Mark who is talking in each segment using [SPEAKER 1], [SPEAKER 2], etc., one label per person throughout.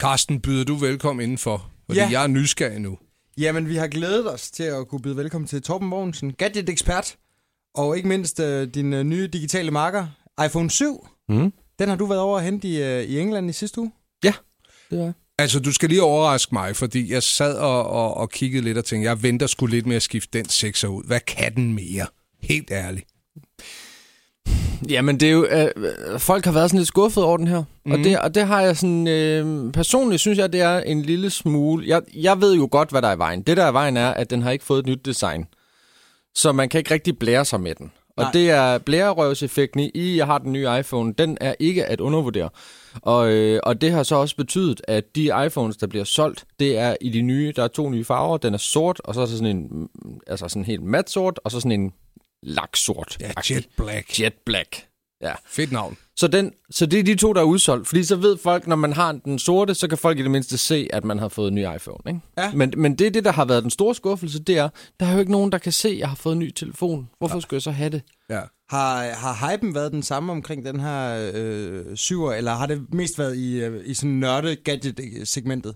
[SPEAKER 1] Carsten, byder du velkommen indenfor? Fordi
[SPEAKER 2] Ja.
[SPEAKER 1] ja. jeg er nysgerrig nu.
[SPEAKER 2] Jamen, vi har glædet os til at kunne byde velkommen til Torben Mogensen, gadget-ekspert, og ikke mindst øh, din øh, nye digitale marker, iPhone 7.
[SPEAKER 3] Mm.
[SPEAKER 2] Den har du været over at hente i, øh, i England i sidste uge.
[SPEAKER 3] Det var.
[SPEAKER 1] Altså, du skal lige overraske mig, fordi jeg sad og, og, og kiggede lidt og tænkte, jeg venter sgu lidt med at skifte den sekser ud. Hvad kan den mere? Helt ærligt.
[SPEAKER 3] Jamen, det er jo, øh, folk har været sådan lidt skuffet over den her. Mm.
[SPEAKER 1] Mhm.
[SPEAKER 3] Og, det, og det har jeg sådan... Øh, personligt synes jeg, det er en lille smule... Jeg, jeg ved jo godt, hvad der er i vejen. Det, der er i vejen, er, at den har ikke fået et nyt design. Så man kan ikke rigtig blære sig med den. Og
[SPEAKER 2] Nej.
[SPEAKER 3] Nej. det er blærerøvseffekten i, jeg har den nye iPhone, den er ikke at undervurdere. Og, øh, og det har så også betydet, at de iPhones, der bliver solgt, det er i de nye, der er to nye farver. Den er sort, og så er der sådan en, mm, altså sådan en helt mat sort, og så sådan en laksort.
[SPEAKER 1] Ja, Jet Black.
[SPEAKER 3] Jet Black. Ja.
[SPEAKER 1] Fedt navn.
[SPEAKER 3] Så, den, så det er de to, der er udsolgt. Fordi så ved folk, når man har den sorte, så kan folk i det mindste se, at man har fået en ny iPhone. Ikke?
[SPEAKER 2] Ja.
[SPEAKER 3] Men, men det er det, der har været den store skuffelse, det er, der er jo ikke nogen, der kan se, at jeg har fået en ny telefon. Hvorfor skulle jeg så have det?
[SPEAKER 1] Ja.
[SPEAKER 2] Har, har hypen været den samme omkring den her øh, syver, eller har det mest været i, øh, i sådan nørde-gadget-segmentet?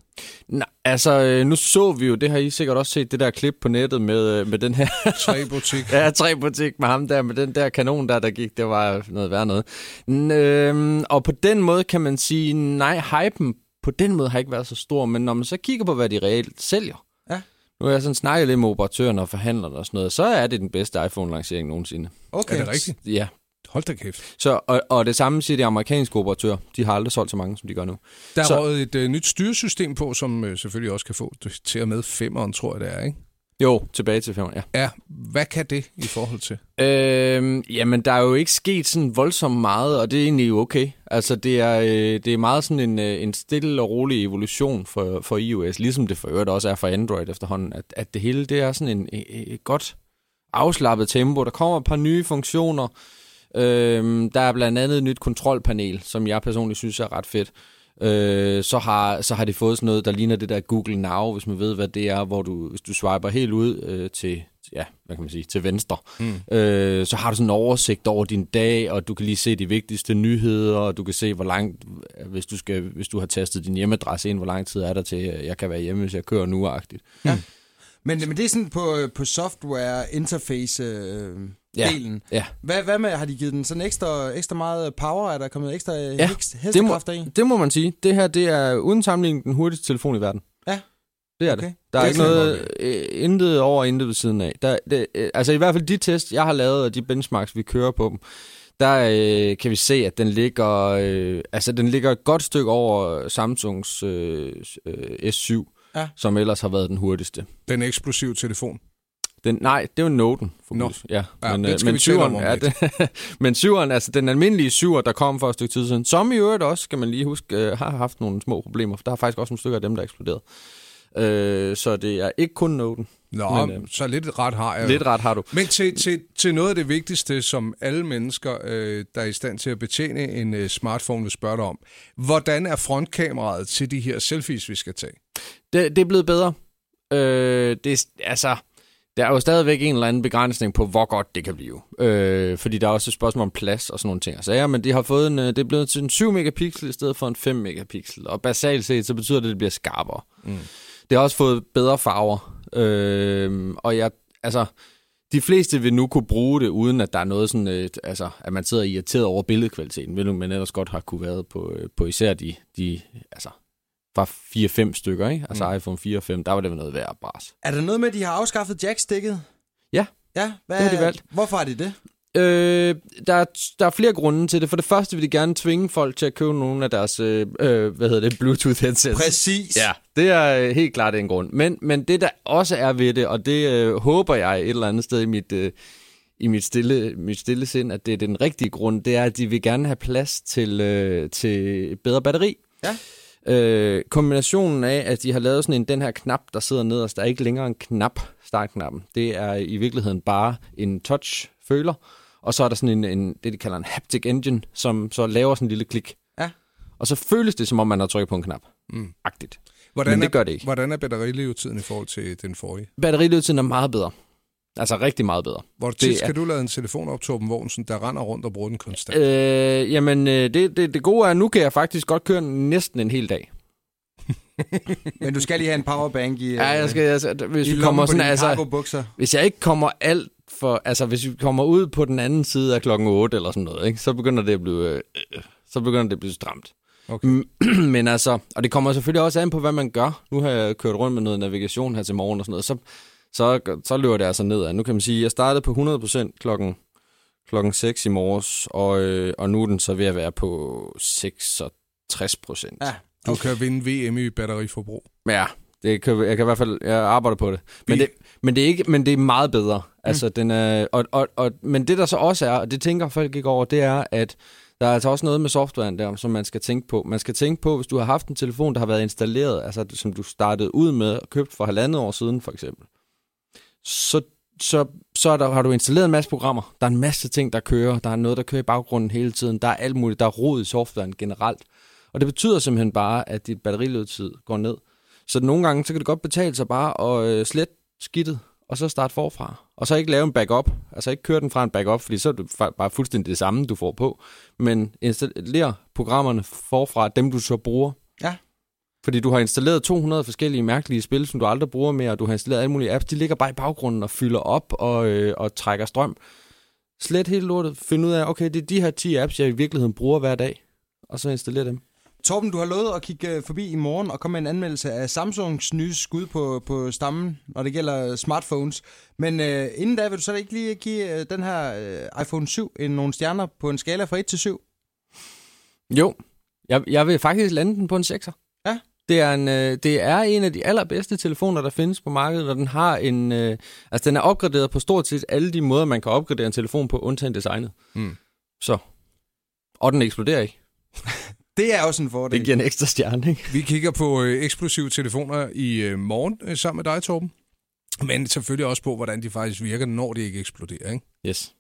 [SPEAKER 3] Nej, altså, øh, nu så vi jo, det har I sikkert også set, det der klip på nettet med, øh, med den her
[SPEAKER 1] Tre butik.
[SPEAKER 3] Ja, tre butik med ham der, med den der kanon der, der gik, det var noget værd noget. N- Øhm, og på den måde kan man sige, nej, hypen på den måde har ikke været så stor, men når man så kigger på, hvad de reelt sælger,
[SPEAKER 2] Ja.
[SPEAKER 3] nu har jeg sådan snakket lidt med operatørerne og forhandlerne og sådan noget, så er det den bedste iPhone-lancering nogensinde.
[SPEAKER 2] Okay.
[SPEAKER 1] Er det rigtigt?
[SPEAKER 3] Ja,
[SPEAKER 1] Hold da kæft.
[SPEAKER 3] så, og, og det samme siger de amerikanske operatører. De har aldrig solgt så mange, som de gør nu.
[SPEAKER 1] Der er
[SPEAKER 3] Så-
[SPEAKER 1] røget et øh, nyt styresystem på, som øh, selvfølgelig også kan få det til at med femmeren, tror jeg det er, ikke?
[SPEAKER 3] Jo, tilbage til firmaet, ja.
[SPEAKER 1] Ja, hvad kan det i forhold til?
[SPEAKER 3] Øhm, jamen, der er jo ikke sket sådan voldsomt meget, og det er egentlig okay. Altså, det er, øh, det er meget sådan en, øh, en stille og rolig evolution for, for iOS, ligesom det for øvrigt også er for Android efterhånden, at, at det hele, det er sådan en, øh, øh, godt afslappet tempo. Der kommer et par nye funktioner. Øhm, der er blandt andet et nyt kontrolpanel, som jeg personligt synes er ret fedt. Øh, så, har, så har de fået sådan noget, der ligner det der Google Now, hvis man ved, hvad det er, hvor du, hvis du swiper helt ud øh, til, ja, hvad kan man sige, til venstre, mm. øh, så har du sådan en oversigt over din dag, og du kan lige se de vigtigste nyheder, og du kan se, hvor langt, hvis du, skal, hvis du har tastet din hjemmeadresse ind, hvor lang tid er der til, øh, jeg kan være hjemme, hvis jeg kører nu-agtigt.
[SPEAKER 2] Men, men det er sådan på, øh, på software-interface-delen.
[SPEAKER 3] Ja.
[SPEAKER 2] Øh,
[SPEAKER 3] Ja.
[SPEAKER 2] Hvad, hvad med, har de givet den sådan ekstra, ekstra meget power? Er der kommet ekstra ja,
[SPEAKER 3] Ja,
[SPEAKER 2] heks,
[SPEAKER 3] Det må,
[SPEAKER 2] hestekræfter i?
[SPEAKER 3] det må man sige. Det her, det er uden sammenligning den hurtigste telefon i verden.
[SPEAKER 2] Ja.
[SPEAKER 3] Det er
[SPEAKER 2] Okay.
[SPEAKER 3] det. Der er,
[SPEAKER 2] Det
[SPEAKER 3] ikke
[SPEAKER 2] kan jeg
[SPEAKER 3] noget, øh, intet over, intet ved siden af. Der, det, øh, altså i hvert fald de test, jeg har lavet, og de benchmarks, vi kører på dem, der øh, kan vi se, at den ligger, øh, altså, den ligger et godt stykke over Samsungs øh, øh, S7,
[SPEAKER 2] Ja.
[SPEAKER 3] som ellers har været den hurtigste.
[SPEAKER 1] Den eksplosive telefon.
[SPEAKER 3] Den, nej, det er jo Noten. For
[SPEAKER 1] Nå.
[SPEAKER 3] Nå. Ja,
[SPEAKER 1] Ja,
[SPEAKER 3] men,
[SPEAKER 1] den
[SPEAKER 3] øh,
[SPEAKER 1] skal
[SPEAKER 3] men
[SPEAKER 1] vi tale om
[SPEAKER 3] syveren,
[SPEAKER 1] om
[SPEAKER 3] ja,
[SPEAKER 1] lidt.
[SPEAKER 3] det, men syveren, altså den almindelige syver, der kom for et stykke tid siden, som i øvrigt også, skal man lige huske, øh, har haft nogle små problemer, for der er faktisk også nogle stykker af dem, der eksploderede. Øh, så det er ikke kun Noten.
[SPEAKER 1] Nå,
[SPEAKER 3] Men,
[SPEAKER 1] men,
[SPEAKER 3] øh,
[SPEAKER 1] så lidt ret har jeg.
[SPEAKER 3] Lidt ret har du.
[SPEAKER 1] Men til, til, til noget af det vigtigste, som alle mennesker, øh, der er i stand til at betjene en øh, smartphone, vil spørge dig om. Hvordan er frontkameraet til de her selfies, vi skal tage?
[SPEAKER 3] Det, det er blevet bedre. Øh, det, er- altså, der er jo stadigvæk en eller anden begrænsning på, hvor godt det kan blive. Øh, fordi der er også et spørgsmål om plads og sådan nogle ting. og sager, men de har fået en, øh, det er blevet til en 7 megapixel i stedet for en 5 megapixel. Og basalt set, så betyder det, at det bliver skarpere. Mm. Det har også fået bedre farver. Øh, og jeg, altså, de fleste vil nu kunne bruge det, uden at der er noget sådan, øh, altså, at man sidder irriteret over billedkvaliteten, hvilket man ellers godt har kunne været på, øh, på især de, de altså, var 4-5 stykker, ikke? Altså mm. iPhone 4 og 5, der var det vel noget værd bras.
[SPEAKER 2] Er der noget med, at de har afskaffet jackstikket?
[SPEAKER 3] Ja.
[SPEAKER 2] Ja, hvad,
[SPEAKER 3] Det har de valgt.
[SPEAKER 2] Hvorfor har de det?
[SPEAKER 3] Øh, der, er, der er flere grunde til det. For det første vil de gerne tvinge folk til at købe nogle af deres, øh, øh, hvad hedder det, Bluetooth headsets.
[SPEAKER 2] Præcis.
[SPEAKER 3] Ja, det er øh, helt klart en grund. Men, men det, der også er ved det, og det øh, håber jeg et eller andet sted i mit, øh, i mit, stille, mit stille sind, at det er den rigtige grund, det er, at de vil gerne have plads til, øh, til bedre batteri.
[SPEAKER 2] Ja.
[SPEAKER 3] Øh, kombinationen af, at de har lavet sådan en, den her knap, der sidder nederst, der er ikke længere en knap, startknappen. Det er i virkeligheden bare en touch-føler, og så er der sådan en, en, det, de kalder en haptic engine, som så laver sådan en lille klik.
[SPEAKER 2] Ja.
[SPEAKER 3] Og så føles det, som om man har trykket på en knap.
[SPEAKER 1] Mm.
[SPEAKER 3] Agtigt.
[SPEAKER 1] Hvordan
[SPEAKER 3] Men det
[SPEAKER 1] er,
[SPEAKER 3] gør det ikke.
[SPEAKER 1] Hvordan er batterilevetiden i forhold til den forrige?
[SPEAKER 3] Batterilevetiden er meget bedre. Altså rigtig meget bedre.
[SPEAKER 1] Hvor tit
[SPEAKER 3] er-
[SPEAKER 1] skal du lade en telefon op, Torben Vognsen, der render rundt og bruger den konstant?
[SPEAKER 3] Øh, jamen, øh, det, det, det gode er, at nu kan jeg faktisk godt køre næsten en hel dag.
[SPEAKER 2] Men du skal lige have en powerbank i, øh,
[SPEAKER 3] Ja, jeg skal, altså, hvis
[SPEAKER 2] i
[SPEAKER 3] vi
[SPEAKER 2] lommen
[SPEAKER 3] kommer
[SPEAKER 2] på
[SPEAKER 3] sådan,
[SPEAKER 2] dine
[SPEAKER 3] altså,
[SPEAKER 2] cargo-bukser.
[SPEAKER 3] hvis jeg ikke kommer alt for, altså hvis vi kommer ud på den anden side af klokken 8 eller sådan noget, ikke, så begynder det at blive, øh, øh, så begynder det at blive stramt.
[SPEAKER 1] Okay.
[SPEAKER 3] Men altså, og det kommer selvfølgelig også an på, hvad man gør. Nu har jeg kørt rundt med noget navigation her til morgen og sådan noget, så, så, så løber det altså nedad. Nu kan man sige, at jeg startede på 100% klokken, klokken 6 i morges, og, øh, og nu er den så ved at være på 66%.
[SPEAKER 2] Ja.
[SPEAKER 1] Du okay. kan vinde VM i batteriforbrug.
[SPEAKER 3] Men Ja, det kan, jeg kan i hvert fald, jeg arbejder på det. Men det, men det er, ikke, men det er meget bedre. Altså, mm. den er, og, og, og, men det der så også er, og det tænker folk ikke over, det er, at der er altså også noget med softwaren der, som man skal tænke på. Man skal tænke på, hvis du har haft en telefon, der har været installeret, altså som du startede ud med og købt for halvandet år siden for eksempel, så, så, så er der, har du installeret en masse programmer. Der er en masse ting, der kører. Der er noget, der kører i baggrunden hele tiden. Der er alt muligt. Der er rod i softwaren generelt. Og det betyder simpelthen bare, at dit batteriløbetid går ned. Så nogle gange, så kan det godt betale sig bare at øh, slette skidtet, og så starte forfra. Og så ikke lave en backup. Altså ikke køre den fra en backup, fordi så er det fa- bare fuldstændig det samme, du får på. Men installer programmerne forfra, dem du så bruger.
[SPEAKER 2] Ja.
[SPEAKER 3] Fordi du har installeret 200 forskellige mærkelige spil, som du aldrig bruger mere, og du har installeret alle mulige apps. De ligger bare i baggrunden og fylder op og, øh, og trækker strøm. Slet hele lortet. Find ud af, okay, det er de her 10 apps, jeg i virkeligheden bruger hver dag. Og så installer dem.
[SPEAKER 2] Torben, du har lovet at kigge øh, forbi i morgen og komme med en anmeldelse af Samsungs nye skud på, på stammen, når det gælder øh, smartphones. Men øh, inden da vil du så ikke lige give øh, den her øh, iPhone 7 en, nogle stjerner på en skala fra 1 til 7?
[SPEAKER 3] Jo, jeg, jeg vil faktisk lande den på en 6'er.
[SPEAKER 2] Ja.
[SPEAKER 3] Det er, en, øh, det er en af de allerbedste telefoner, der findes på markedet, og den har en... Øh, altså, den er opgraderet på stort set alle de måder, man kan opgradere en telefon på, undtagen designet.
[SPEAKER 1] Mm.
[SPEAKER 3] Så. Og den eksploderer ikke.
[SPEAKER 2] Det er også en fordel.
[SPEAKER 3] Det giver en ekstra stjerne, ikke?
[SPEAKER 1] Vi kigger på øh, eksplosive telefoner i øh, morgen øh, sammen med dig, Torben. Men selvfølgelig også på, hvordan de faktisk virker, når de ikke eksploderer. Ikke?
[SPEAKER 3] Yes.